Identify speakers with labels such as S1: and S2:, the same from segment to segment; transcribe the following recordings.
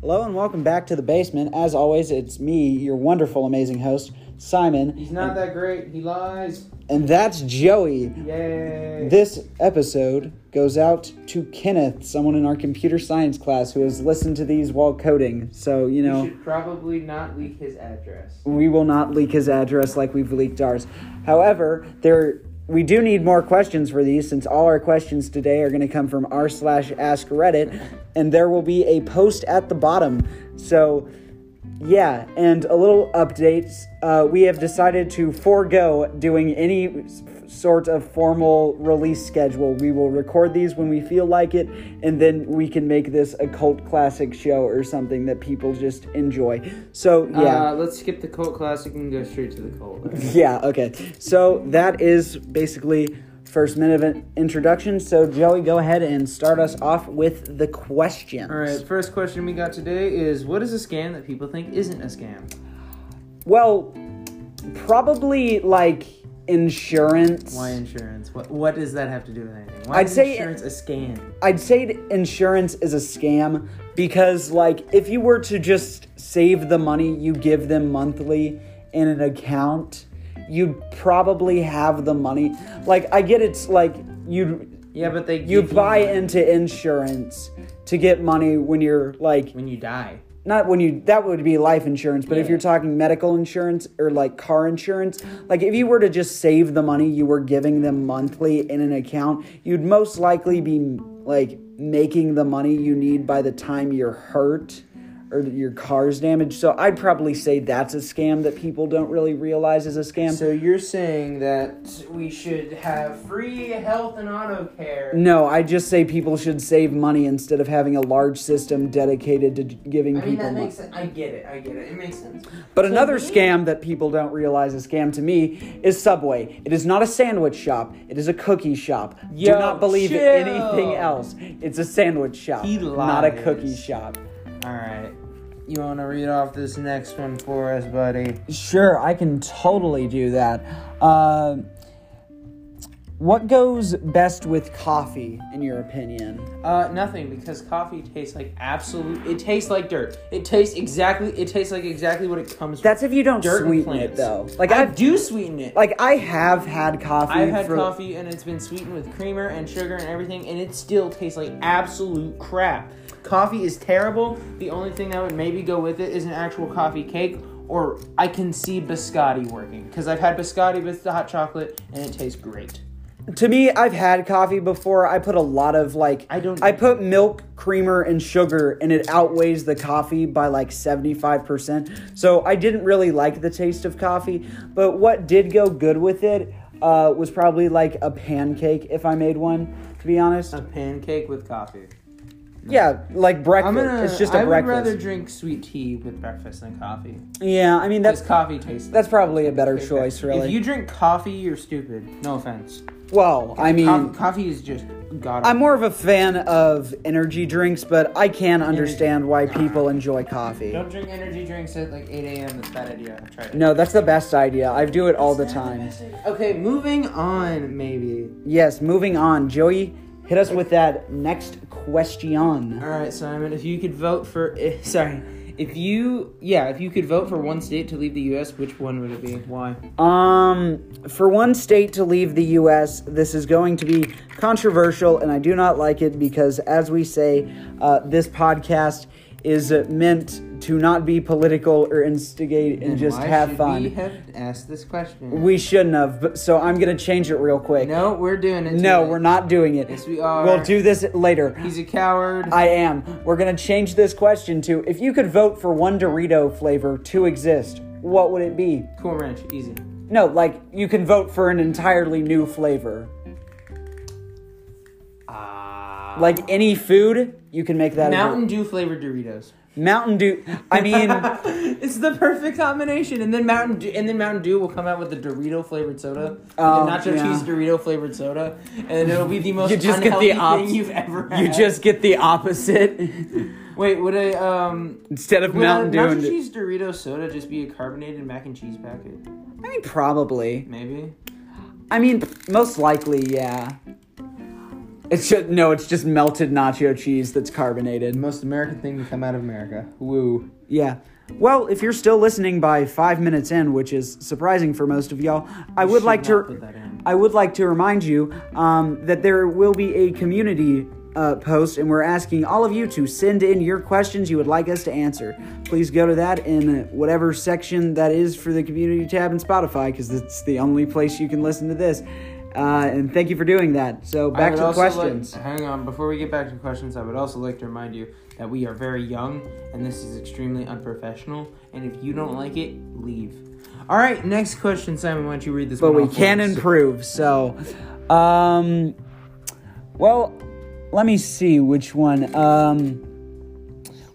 S1: Hello and welcome back to the basement. As always, it's me, your wonderful, amazing host, Simon,
S2: He's not that great. He lies.
S1: and that's Joey.
S2: Yay.
S1: This episode goes out to Kenneth, someone in our computer science class who has listened to these while coding. So, you know,
S2: You should probably not leak his address.
S1: we will not leak his address like we've leaked ours. However, there we do need more questions for these since all our questions today are going to come from r slash ask Reddit, and there will be a post at the bottom. So, yeah, and a little updates. Uh, we have decided to forego doing any s- sort of formal release schedule. We will record these when we feel like it, and then we can make this a cult classic show or something that people just enjoy. So, yeah.
S2: Uh, let's skip the cult classic and go straight to the cult.
S1: Yeah, okay. So that is basically first minute of an introduction. So Joey, go ahead and start us off with the questions.
S2: All right. First question we got today is: What is a scam that people think isn't a scam?
S1: Well, probably like insurance.
S2: Why insurance? What What does that have to do with anything? Why
S1: I'd
S2: is
S1: say-
S2: insurance a scam?
S1: I'd say th- insurance is a scam because, like, if you were to just save the money you give them monthly in an account, you'd probably have the money. Like, I get it's like you'd
S2: Yeah, but they
S1: you
S2: give
S1: buy into insurance to get money when you're like
S2: when you die.
S1: not when you that would be life insurance but if
S2: Yeah.
S1: you're talking medical insurance or like car insurance like if you were to just save the money you were giving them monthly in an account you'd most likely be like making the money you need by the time you're hurt or that your car's damaged so i'd probably say that's a scam that people don't really realize is a scam
S2: So you're saying that we should have free health and auto care?
S1: no i just say people should save money instead of having a large system dedicated to giving
S2: I mean
S1: people
S2: that
S1: money
S2: makes sense. I get it. I get it. It makes sense.
S1: But
S2: So
S1: another
S2: we-
S1: scam that people don't realize is scam to me is Subway. It is not a sandwich shop. It is a cookie shop.
S2: Yo,
S1: Do not believe
S2: chill.
S1: anything else. It's a sandwich shop,
S2: He
S1: not a
S2: lies.
S1: cookie shop.
S2: All right. You want to read off this next one for us, buddy?
S1: Sure, I can totally do that. Uh, what goes best with coffee, in your opinion?
S2: Uh, nothing because coffee tastes like absolute. It tastes like dirt. It tastes exactly. It tastes like exactly what it comes
S1: That's if you don't
S2: Dirt and
S1: sweeten it,
S2: plants.
S1: though.
S2: from.
S1: Like
S2: I
S1: I've,
S2: do sweeten it.
S1: like I have had coffee.
S2: I've had
S1: for-
S2: coffee and it's been sweetened with creamer and sugar and everything, and it still tastes like absolute crap. Coffee is terrible. The only thing that would maybe go with it is an actual coffee cake, or I can see biscotti working because I've had biscotti with the hot chocolate and it tastes great.
S1: To me, I've had coffee before. I put a lot of like
S2: I don't-
S1: I put milk, creamer, and sugar, and it outweighs the coffee by like seventy five percent. So I didn't really like the taste of coffee. But what did go good with it uh, was probably like a pancake if I made one. To be honest,
S2: A pancake with coffee.
S1: yeah, like breakfast.
S2: I'm gonna.
S1: it's just a
S2: I would
S1: breakfast.
S2: rather drink sweet tea with breakfast than coffee.
S1: Yeah, I mean
S2: That's
S1: that's
S2: coffee tastes.
S1: that's probably a better choice,
S2: If
S1: really.
S2: you drink coffee, you're stupid. No offense.
S1: well, I mean.
S2: Coffee, coffee is just god.
S1: I'm more of a fan of energy drinks, but I can understand why people enjoy coffee.
S2: Don't drink energy drinks at like 8 a.m. That's a bad idea. I've tried it.
S1: No, that's the best idea. I do it all the time.
S2: Okay, moving on. Maybe.
S1: Yes, moving on. Joey, hit us with that next question.
S2: All right, Simon. If you could vote for, eh, sorry, if you, yeah, if you could vote for one state to leave the U.S., which one would it be? Why?
S1: Um, for one state to leave the U.S., this is going to be controversial, and I do not like it because, as we say, uh, this podcast is uh, meant to not be political or instigate and, just
S2: Why
S1: have
S2: should
S1: fun.
S2: We
S1: We,
S2: have asked this question.
S1: shouldn't have, but, so I'm gonna change it real quick. No,
S2: No, we're doing it. today.
S1: we're not doing it.
S2: Yes, we are.
S1: We'll do this later.
S2: He's a coward.
S1: I am. We're going to change this question to if you could vote for one Dorito flavor to exist, what would it be?
S2: Cool Ranch, easy.
S1: No, like you can vote for an entirely new flavor.
S2: Ah.
S1: Like any food, you can make that a-
S2: Mountain Dew flavored Doritos.
S1: Mountain Dew. I mean,
S2: it's the perfect combination, and then Mountain Dew, and then Mountain Dew will come out with the Dorito flavored soda,
S1: Oh,
S2: the nacho
S1: yeah.
S2: cheese Dorito flavored soda, and it'll be the most
S1: You just get
S2: unhealthy
S1: the op-
S2: thing you've ever.
S1: you
S2: had.
S1: just get the opposite
S2: wait. Would a um
S1: instead of
S2: would
S1: Mountain
S2: a
S1: Dew.
S2: nacho
S1: and-
S2: cheese Dorito soda just be a carbonated mac and cheese packet?
S1: I mean, probably.
S2: Maybe.
S1: I mean, most likely, yeah. It's just no, it's just melted nacho cheese that's carbonated.
S2: most American thing to come out of America. Woo.
S1: Yeah. Well, if you're still listening by five minutes in, which is surprising for most of y'all, I would
S2: should
S1: like to
S2: not put that in.
S1: I would like to remind you um, that there will be a community uh, post, and we're asking all of you to send in your questions you would like us to answer. Please go to that in whatever section that is for the community tab in Spotify, because it's the only place you can listen to this. Uh, and thank you for doing that. So
S2: I
S1: back
S2: would
S1: to the
S2: also like-
S1: questions.
S2: hang on, before we get back to the questions, I would also like to remind you that we are very young and this is extremely unprofessional. And if you don't like it, leave. All right, next question, Simon. Why don't you read this
S1: but
S2: one?
S1: we
S2: off
S1: can
S2: for us?
S1: improve. So, um, well, let me see which one. Um,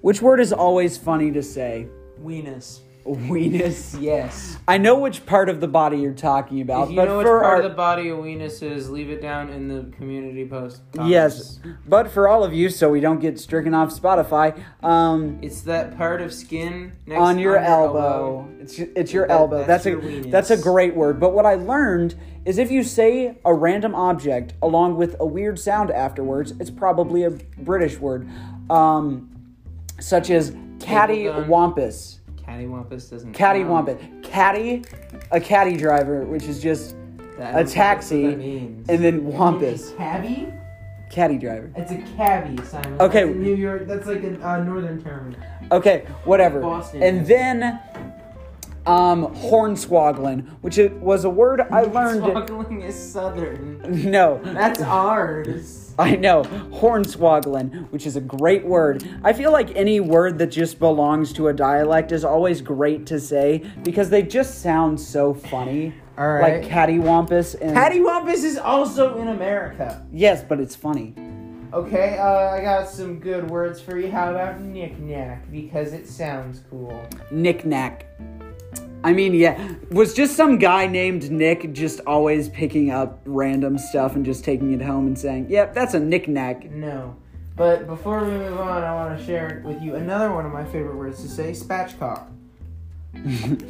S1: which word is always funny to say?
S2: Weenus.
S1: Weenus.
S2: Yes.
S1: I know which part of the body you're talking about,
S2: If you
S1: but
S2: know which
S1: for
S2: part
S1: our,
S2: of the body a weenus is, leave it down in the community post.
S1: yes,
S2: comments.
S1: but for all of you, so we don't get stricken off Spotify. Um,
S2: It's that part of skin next
S1: on your elbow. It's it's your
S2: That-
S1: elbow. That's,
S2: that's
S1: a
S2: your weenus.
S1: that's a great word. But what I learned is if you say a random object along with a weird sound afterwards, it's probably a British word, um, such as caddy
S2: gun.
S1: wampus,
S2: Cattywampus doesn't.
S1: caddy
S2: count.
S1: wampus, caddy, a caddy driver, which is just
S2: That-
S1: a
S2: that's what
S1: taxi,
S2: that means.
S1: and then wampus,
S2: Cabby?
S1: caddy driver.
S2: It's a cabby, Simon.
S1: Okay.
S2: That's a New York. That's like a uh, northern term.
S1: Okay, whatever.
S2: Boston.
S1: And then. Um, hornswoggling, which it was a word I learned.
S2: Smuggling is southern.
S1: No,
S2: That's ours.
S1: I know, hornswogglin, which is a great word. I feel like any word that just belongs to a dialect is always great to say because they just sound so funny.
S2: All right.
S1: Like cattywampus and
S2: Cattywampus is also in America.
S1: Yes, but it's funny.
S2: Okay, uh, I got some good words for you. How about knick-knack? Because it sounds cool.
S1: Knick-knack. I mean, yeah, was just some guy named Nick just always picking up random stuff and just taking it home and saying, "Yep, that's a knick-knack."
S2: No. But before we move on, I want to share with you another one of my favorite words to say spatchcock.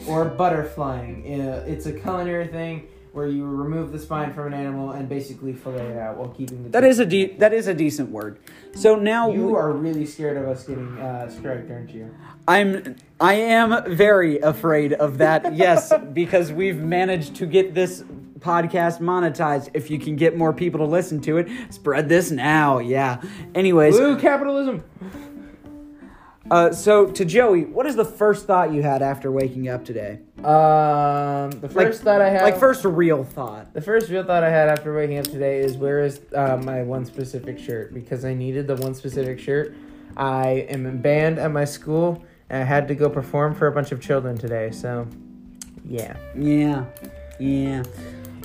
S2: or butterflying. Uh, It's a culinary thing where you remove the spine from an animal and basically fillet it out while keeping the.
S1: That is a de- that is a decent word. So now we-
S2: You are really scared of us getting uh, striked, aren't you?
S1: I'm I am very afraid of that. yes, because we've managed to get this podcast monetized. If you can get more people to listen to it, spread this now. Yeah. Anyways,
S2: Blue capitalism.
S1: uh, so to Joey, what is the first thought you had after waking up today?
S2: Um, the first thought I had.
S1: like first real thought.
S2: The first real thought I had after waking up today is where is uh, my one specific shirt? Because I needed the one specific shirt. I am in band at my school, and I had to go perform for a bunch of children today. So, yeah,
S1: Yeah. Yeah.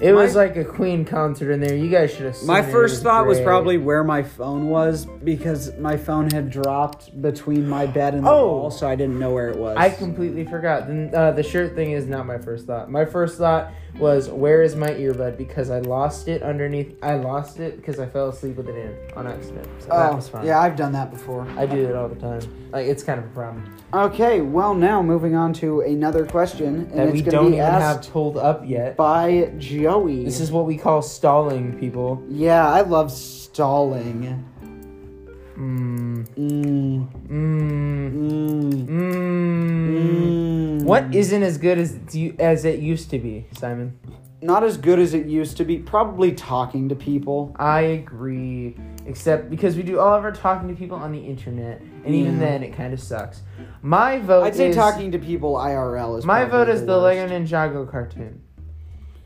S2: it was
S1: My-
S2: like a Queen concert in there. You guys should have. Seen
S1: My
S2: it. It
S1: first thought was
S2: great.
S1: probably where my phone was because my phone had dropped between my bed and the
S2: Oh.
S1: wall, so I didn't know where it was.
S2: I completely forgot. Then uh, the shirt thing is not my first thought. My first thought was where is my earbud? Because I lost it underneath. I lost it because I fell asleep with it in on accident. So that was
S1: oh,
S2: fun.
S1: yeah, I've done that before.
S2: I do it all the time. Like it's kind of a problem
S1: Okay, well now moving on to another question, and
S2: that
S1: it's
S2: we
S1: gonna
S2: don't
S1: be
S2: even have
S1: asked
S2: pulled up yet.
S1: by Joey.
S2: This is what we call stalling, people.
S1: yeah, I love stalling.
S2: Mm,
S1: Mm,
S2: mm,
S1: mm,
S2: mm.
S1: mm.
S2: What isn't as good as do you, as it used to be, Simon?
S1: Not as good as it used to be. Probably talking to people.
S2: I agree. Except because we do all of our talking to people on the internet, and even
S1: Yeah.
S2: then, it kind of sucks. My vote.
S1: I'd say
S2: is,
S1: talking to people IRL is.
S2: My vote
S1: probably
S2: is the Lego Ninjago cartoon.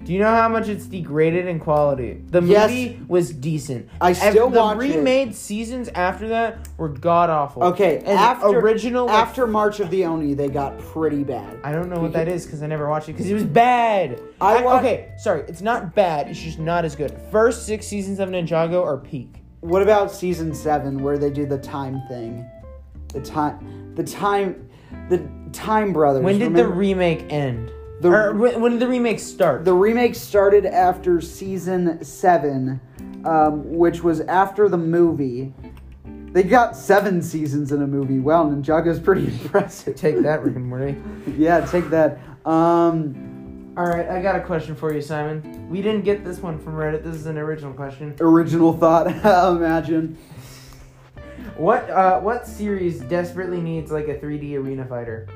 S2: Do you know how much it's degraded in quality? The
S1: Yes.
S2: movie was decent.
S1: I
S2: Ev-
S1: still
S2: the
S1: watch it.
S2: remade seasons after that were god awful.
S1: Okay,
S2: and
S1: after-
S2: original like,
S1: After March of the Oni, they got pretty bad.
S2: I don't know what that is because I never watched it because it was bad.
S1: I wa-
S2: okay, sorry, it's not bad. It's just not as good. First six seasons of Ninjago are peak.
S1: What about season seven where they do the time thing? The time, the time, the time brothers.
S2: When did
S1: remember?
S2: the remake end?
S1: The-
S2: or when, when did the remake start?
S1: The remake started after season seven, um, which was after the movie. They got seven seasons in a movie. Wow, Ninjago's pretty impressive.
S2: Take that, Rick and Morty.
S1: yeah, take that. Um,
S2: All right, I got a question for you, Simon. We didn't get this one from Reddit. This is an original question.
S1: Original thought, imagine.
S2: What uh, what series desperately needs like a 3D arena fighter?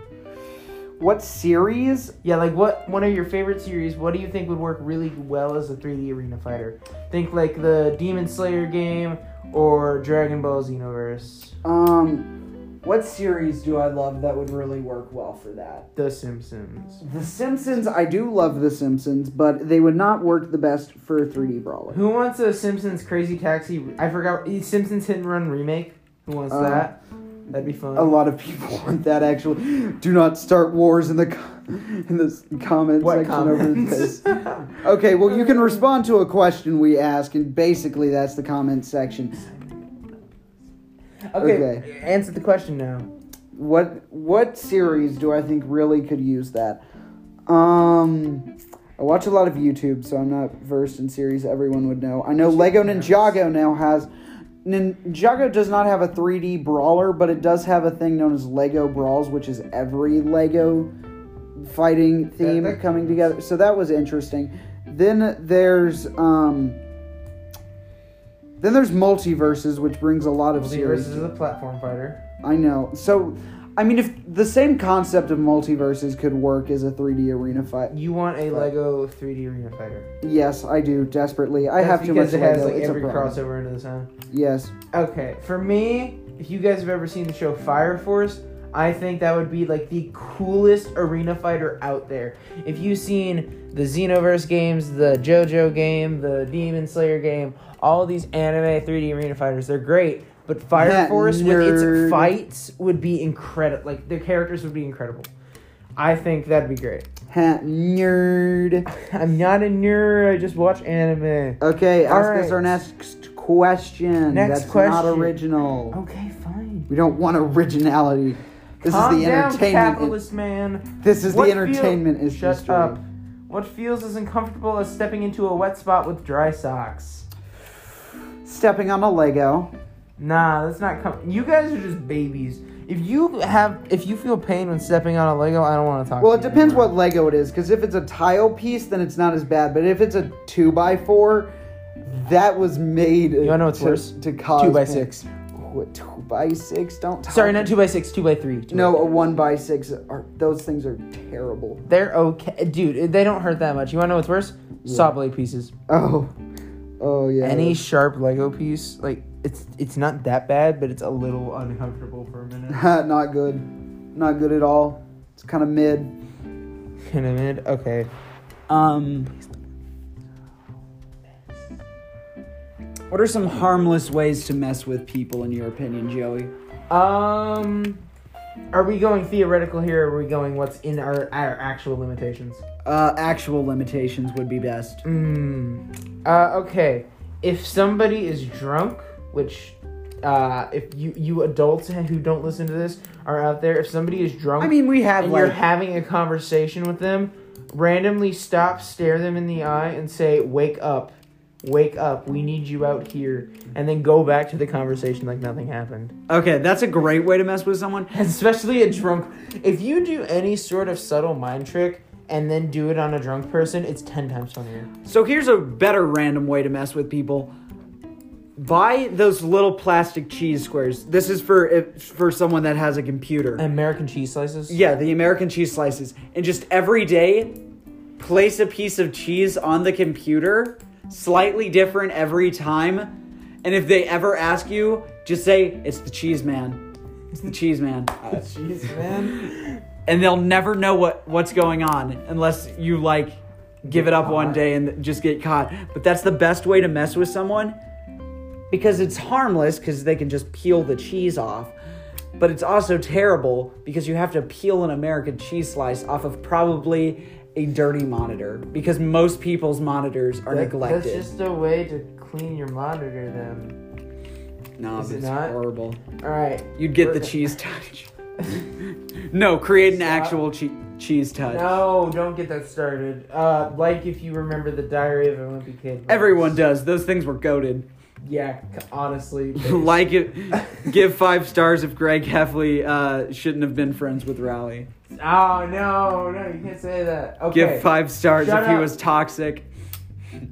S1: What series?
S2: Yeah, like what one of your favorite series? What do you think would work really well as a 3D arena fighter? Think like the Demon Slayer game or Dragon Ball Xenoverse,
S1: Um, what series do I love that would really work well for that?
S2: The Simpsons.
S1: The Simpsons, I do love The Simpsons, but they would not work the best for a 3D brawler.
S2: Who wants a Simpsons Crazy Taxi? I forgot e, Simpsons Hit and Run remake. Who wants
S1: Uh,
S2: that? That'd be fun.
S1: A lot of people want that actually. Do not start wars in the co- in the comment
S2: What
S1: section
S2: comments? Uh.
S1: over this. Okay, well you can respond to a question we ask, and basically that's the comment section.
S2: okay, answer the question now.
S1: What what series do I think really could use that? Um, I watch a lot of YouTube, so I'm not versed in series. Everyone would know. I know Lego Ninjago now has. Ninjago does not have a 3D brawler, but it does have a thing known as Lego Brawls, which is every Lego fighting theme
S2: that-
S1: coming together. So that was interesting. Then there's um. Then there's multiverses, which brings a lot of series.
S2: Multiverse is a platform fighter.
S1: I know. So, I mean, if the same concept of multiverses could work as a 3D arena fight,
S2: You want a Lego 3D arena fighter?
S1: yes, I do desperately. I
S2: That's
S1: have too much
S2: because it has
S1: Lego.
S2: like
S1: it's
S2: every
S1: a problem.
S2: crossover under the sun.
S1: Yes,
S2: Okay, for me, if you guys have ever seen the show Fire Force, I think that would be like the coolest arena fighter out there. If you've seen the Xenoverse games, the JoJo game, the Demon Slayer game, all these anime 3D arena fighters, they're great. But Fire
S1: That
S2: Force with
S1: nerd.
S2: its fights would be incredible. Like their characters would be incredible. I think that'd be great.
S1: ha, nerd.
S2: I'm not a nerd. I just watch anime.
S1: Okay,
S2: All
S1: ask us
S2: right.
S1: our next question.
S2: Next
S1: That's not
S2: question.
S1: original.
S2: Okay, fine.
S1: We don't want originality. This
S2: Calm
S1: is the
S2: down,
S1: entertainment.
S2: capitalist man.
S1: This is
S2: What
S1: the
S2: feel-
S1: entertainment issue.
S2: Shut
S1: stream.
S2: up. What feels as uncomfortable as stepping into a wet spot with dry socks?
S1: Stepping on a Lego.
S2: Nah, that's not com- You guys are just babies. If you have, if you feel pain when stepping on a Lego, I don't want to talk.
S1: Well,
S2: to
S1: it
S2: you
S1: depends
S2: anymore.
S1: what Lego it is, because if it's a tile piece, then it's not as bad. But if it's a two by four, that was made. You
S2: wanna know what's
S1: to,
S2: worse?
S1: To cause
S2: Two by
S1: pain.
S2: six.
S1: What two by six? Don't. Talk.
S2: Sorry, not two by six, two by three. Two
S1: No,
S2: by
S1: a
S2: three.
S1: one by six. Are those things are terrible.
S2: They're okay, dude. They don't hurt that much. You want to know what's worse? Saw blade pieces.
S1: Oh, oh yeah.
S2: any sharp Lego piece, like it's it's not that bad, but it's a little uncomfortable for a minute.
S1: not good, not good at all. It's kind of mid.
S2: In a minute, okay.
S1: Um. What are some harmless ways to mess with people, in your opinion, Joey?
S2: Um, are we going theoretical here? Or are we going what's in our our actual limitations?
S1: Uh, actual limitations would be best.
S2: Mm-hmm. Mm. Uh, okay. If somebody is drunk, which, uh, if you you adults who don't listen to this are out there, if somebody is drunk,
S1: I mean, we have
S2: and you're
S1: like
S2: having a conversation with them, randomly stop, stare them in the eye, and say, "Wake up, wake up! We need you out here." And then go back to the conversation like nothing happened.
S1: okay, that's a great way to mess with someone.
S2: Especially a drunk. If you do any sort of subtle mind trick and then do it on a drunk person, it's ten times funnier.
S1: So here's a better random way to mess with people. Buy those little plastic cheese squares. This is for if, for someone that has a computer.
S2: American cheese slices.
S1: Yeah, the American cheese slices. And just every day, place a piece of cheese on the computer, slightly different every time. And if they ever ask you, just say it's the cheese man. It's the cheese man.
S2: Cheese man.
S1: and they'll never know what what's going on unless you like give it up one day and just get caught but that's the best way to mess with someone because it's harmless because they can just peel the cheese off but it's also terrible because you have to peel an american cheese slice off of probably a dirty monitor because most people's monitors are
S2: That-
S1: neglected
S2: That's just a way to clean your monitor. Then.
S1: no
S2: is
S1: but
S2: it
S1: it's
S2: not?
S1: horrible
S2: All right.
S1: you'd get the
S2: Perfect.
S1: cheese touch no create an
S2: Stop.
S1: actual che- cheese touch
S2: No, don't get that started. Uh, like if you remember the Diary of a Wimpy Kid.
S1: everyone does those things were goaded
S2: Yeah, c- honestly.
S1: like it. Give five stars if Greg Heffley uh, shouldn't have been friends with Rally.
S2: Oh no, no, you can't say that. Okay.
S3: Give five stars
S2: Shut
S3: if he
S2: up.
S3: was toxic.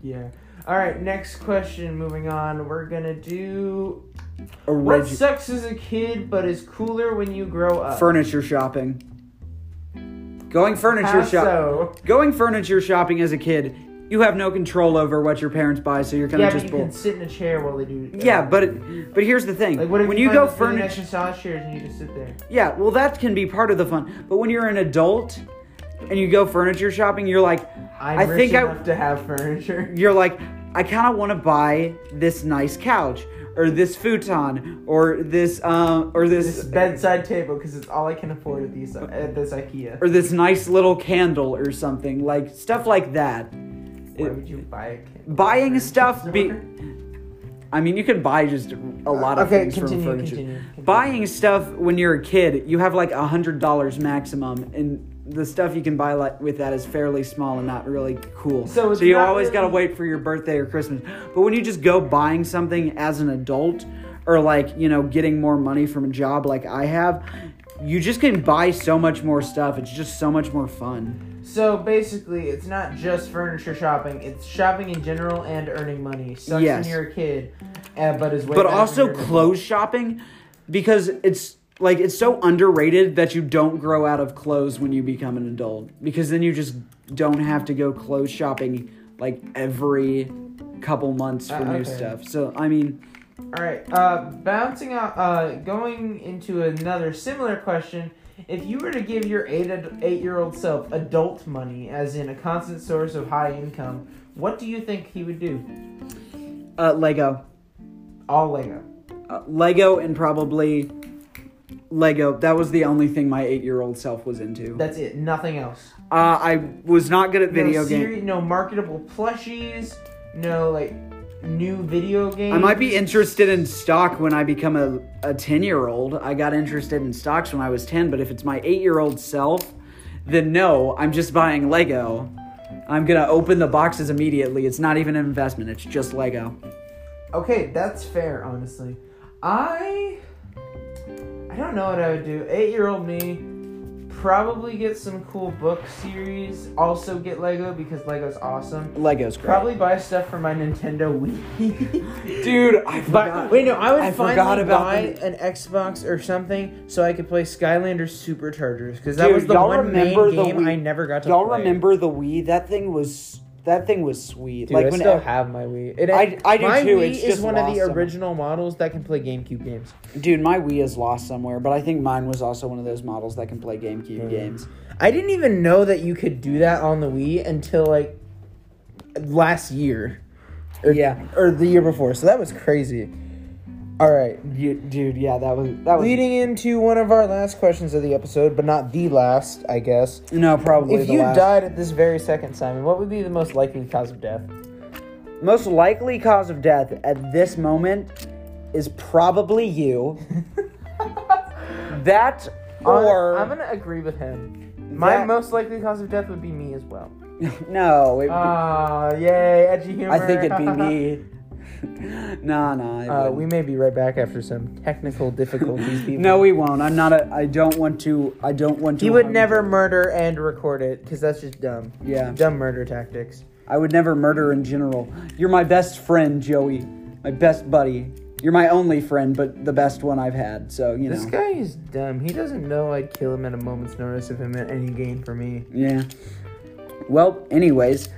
S2: Yeah. All right. Next question. Moving on. We're gonna do what
S1: Origi-
S2: sucks as a kid, but is cooler when you grow up.
S1: furniture shopping. Going furniture
S2: How
S1: shopping.
S2: so?
S1: Going furniture shopping as a kid, you have no control over what your parents buy, so you're kind
S2: Yeah,
S1: of
S2: but
S1: just
S2: you
S1: bull.
S2: can sit in a chair while they do. uh,
S1: Yeah, but it, but here's the thing.
S2: Like what if
S1: when you go
S2: furniture
S1: furniture,
S2: massage chairs and you just sit there?
S1: yeah, well that can be part of the fun. But when you're an adult and you go furniture shopping, you're like,
S2: I'm
S1: I
S2: rich
S1: think
S2: enough
S1: I,
S2: to have furniture.
S1: you're like, I kind of want to buy this nice couch or this futon or this um or
S2: This
S1: this,
S2: bedside table because it's all I can afford at these uh, at this IKEA.
S1: or this nice little candle or something like stuff like that.
S2: Why would you buy a kid?
S1: Buying stuff be. I mean, you can buy just a lot of
S2: Okay,
S1: things
S2: continue,
S1: from furniture.
S2: continue, continue.
S1: Buying stuff when you're a kid, you have like a hundred dollars maximum, and the stuff you can buy like with that is fairly small and not really cool.
S2: So it's
S1: you
S2: not
S1: always gotta
S2: really-
S1: wait for your birthday or Christmas. But when you just go buying something as an adult, or like you know getting more money from a job like I have, you just can buy so much more stuff. It's just so much more fun.
S2: So basically, it's not just furniture shopping; it's shopping in general and earning money. Sucks
S1: Yes.
S2: when you're a kid, uh, but is way.
S1: but
S2: better when
S1: also
S2: you're an adult.
S1: clothes shopping because it's like it's so underrated that you don't grow out of clothes when you become an adult because then you just don't have to go clothes shopping like every couple months for
S2: Uh,
S1: new
S2: okay.
S1: stuff. So I mean,
S2: All right. Uh, bouncing out. Uh, going into another similar question. If you were to give your eight eight year old self adult money, as in a constant source of high income, what do you think he would do?
S1: uh, Lego,
S2: All Lego.
S1: uh, Lego, and probably Lego. That was the only thing my eight-year-old self was into.
S2: That's it. Nothing else.
S1: Uh, I was not good at video
S2: no
S1: games.
S2: seri- No marketable plushies. No like new video games.
S1: I might be interested in stock when I become a, a 10 year old. I got interested in stocks when I was 10, but if it's my 8 year old self, then no, I'm just buying Lego. I'm going to open the boxes immediately. It's not even an investment, it's just Lego.
S2: Okay, that's fair, honestly. I I don't know what I would do. Eight year old me probably get some cool book series. Also get Lego because Lego's awesome.
S1: Lego's great.
S2: Probably buy stuff for my Nintendo Wii.
S1: Dude, I
S2: But
S1: forgot.
S2: wait, no, I would
S1: I
S2: finally
S1: forgot about
S2: buy
S1: them.
S2: an Xbox or something so I could play Skylanders Superchargers because that
S1: Dude,
S2: was the
S1: y'all
S2: one main
S1: remember the
S2: game
S1: Wii-
S2: I never got to
S1: Y'all
S2: play.
S1: remember the Wii? That thing was that thing was sweet.
S2: Dude,
S1: like
S2: I
S1: when
S2: still
S1: ev-
S2: have my Wii. It,
S1: I- I do
S2: my
S1: too,
S2: Wii
S1: it's
S2: is
S1: just
S2: one of
S1: lost
S2: the
S1: somewhere.
S2: original models that can play GameCube games.
S1: dude, my Wii is lost somewhere, but I think mine was also one of those models that can play GameCube
S2: Mm.
S1: games.
S2: I didn't even know that you could do that on the Wii until like last year. Or,
S1: Yeah.
S2: Or the year before. So that was crazy. All right.
S1: You, dude, yeah, that was that was
S2: Leading into one of our last questions of the episode, but not the last, I guess.
S1: no probably
S2: if
S1: the
S2: you
S1: last.
S2: died at this very second, Simon, what would be the most likely cause of death?
S1: Most likely cause of death at this moment is probably you. that or
S2: I'm gonna agree with him. My
S1: That-
S2: most likely cause of death would be me as well.
S1: no, it,
S2: Ah, yay, edgy humor.
S1: I think it'd be me. nah, nah. it
S2: Uh,
S1: wouldn't.
S2: we may be right back after some technical difficulties. People.
S1: no, we won't. I'm not a. I don't want to. I don't want to.
S2: He would
S1: harm
S2: never
S1: you.
S2: murder and record it because that's just dumb.
S1: Yeah.
S2: Dumb murder tactics.
S1: I would never murder in general. You're my best friend, Joey. My best buddy. You're my only friend, but the best one I've had. So you
S2: This
S1: know.
S2: guy is dumb. He doesn't know I'd kill him at a moment's notice if it meant any gain for me.
S1: Yeah. Well, anyways,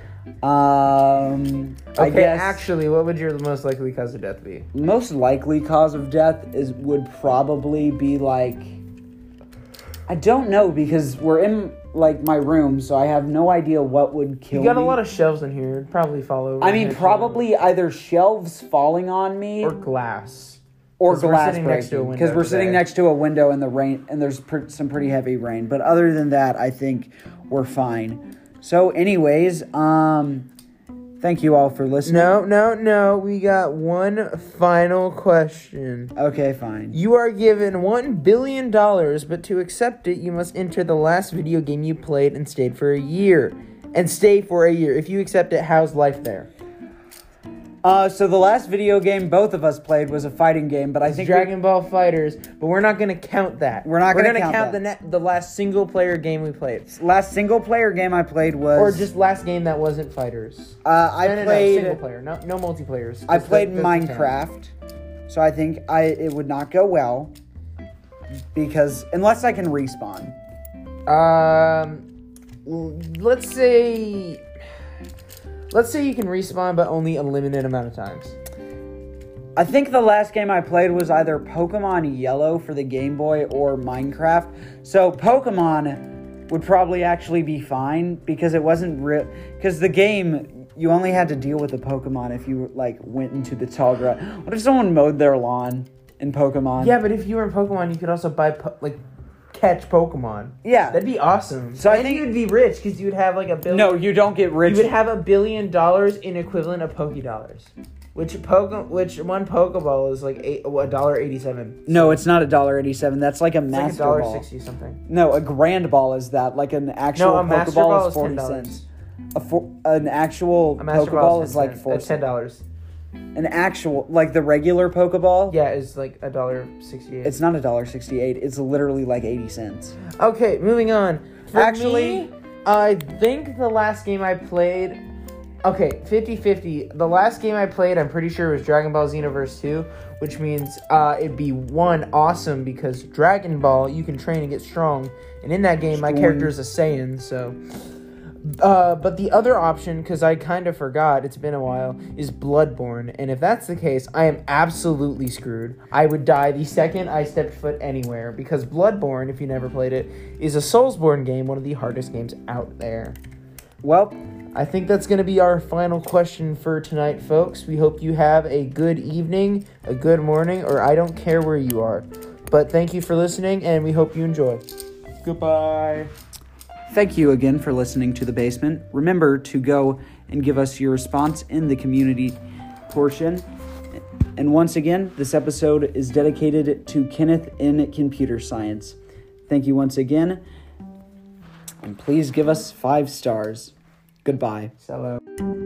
S1: um, I
S2: Okay,
S1: guess
S2: actually, what would your most likely cause of death be?
S1: most likely cause of death is would probably be like I don't know because we're in like my room, so I have no idea what would kill
S2: You got a
S1: me.
S2: lot of shelves in here. It'd probably fall over.
S1: I
S2: and
S1: mean,
S2: hit you.
S1: probably either shelves falling on me
S2: Or
S1: or,
S2: glass. 'cause we're
S1: glass
S2: sitting next to a
S1: breaking
S2: window
S1: because we're sitting
S2: today.
S1: next to a window in the rain, and there's pr- some pretty heavy rain. But other than that, I think we're fine. So, anyways, um, thank you all for listening.
S2: No, no, no. We got one final question.
S1: Okay, fine.
S2: You are given one billion dollars, but to accept it, you must enter the last video game you played and stayed for a year. And stay for a year. If you accept it, how's life there?
S1: Uh, so the last video game both of us played was a fighting game, but I think we-
S2: Dragon Ball Fighters, but we're not gonna count that.
S1: We're not gonna
S2: gonna
S1: count
S2: the net, the last single player game we played,
S1: last single player game I played was
S2: or just last game that wasn't Fighters.
S1: uh, I
S2: no, no, no,
S1: played
S2: single player, no, no multiplayers.
S1: I
S2: 'cause
S1: played
S2: that doesn't count.
S1: Minecraft, so I think I it would not go well because unless I can respawn.
S2: Um, l- let's say, let's say you can respawn, but only a limited amount of times.
S1: I think the last game I played was either Pokemon Yellow for the Game Boy or Minecraft. So Pokemon would probably actually be fine because it wasn't real. Because the game, you only had to deal with the Pokemon if you like went into the tall grass. What if someone mowed their lawn in Pokemon?
S2: Yeah, but if you were in Pokemon, you could also buy po- like catch Pokemon.
S1: Yeah.
S2: That'd be awesome.
S1: So I
S2: and
S1: think-
S2: you'd be rich because you'd have like a billion.
S1: No, you don't get rich.
S2: you would have a billion dollars in equivalent of Poke dollars, which poke which one Pokeball is like eight a dollar eighty seven.
S1: no, it's not a dollar eighty-seven. That's like a
S2: It's like a
S1: master
S2: dollar
S1: ball.
S2: sixty something.
S1: No, a grand ball is that like an actual
S2: No, a
S1: Pokeball
S2: master ball
S1: is
S2: is
S1: forty
S2: ten
S1: cents.
S2: dollars.
S1: A for, an actual
S2: A master
S1: Pokeball is
S2: 10
S1: like
S2: cents.
S1: four
S2: Uh, ten
S1: cents.
S2: dollars.
S1: An actual, like the regular Pokeball.
S2: Yeah, it's like a dollar sixty eight.
S1: It's not a dollar sixty-eight. It's literally like eighty cents.
S2: Okay, moving on. For
S1: Actually-
S2: me, I think the last game I played. Okay, 50 50. The last game I played, I'm pretty sure, was Dragon Ball Xenoverse 2, which means uh, it'd be one awesome because Dragon Ball, you can train and get strong. And in that game, my
S1: Strong.
S2: character is a Saiyan, so. Uh, but the other option, because I kind of forgot, it's been a while, is Bloodborne. And if that's the case, I am absolutely screwed. I would die the second I stepped foot anywhere, because Bloodborne, if you never played it, is a Soulsborne game, one of the hardest games out there.
S1: Well,
S2: I think that's going to be our final question for tonight, folks. We hope you have a good evening, a good morning, or I don't care where you are. But thank you for listening, and we hope you enjoy. Goodbye.
S1: thank you again for listening to the basement. Remember to go and give us your response in the community portion. And once again, this episode is dedicated to Kenneth in computer science. Thank you once again, and please give us five stars. Goodbye.
S2: Hello.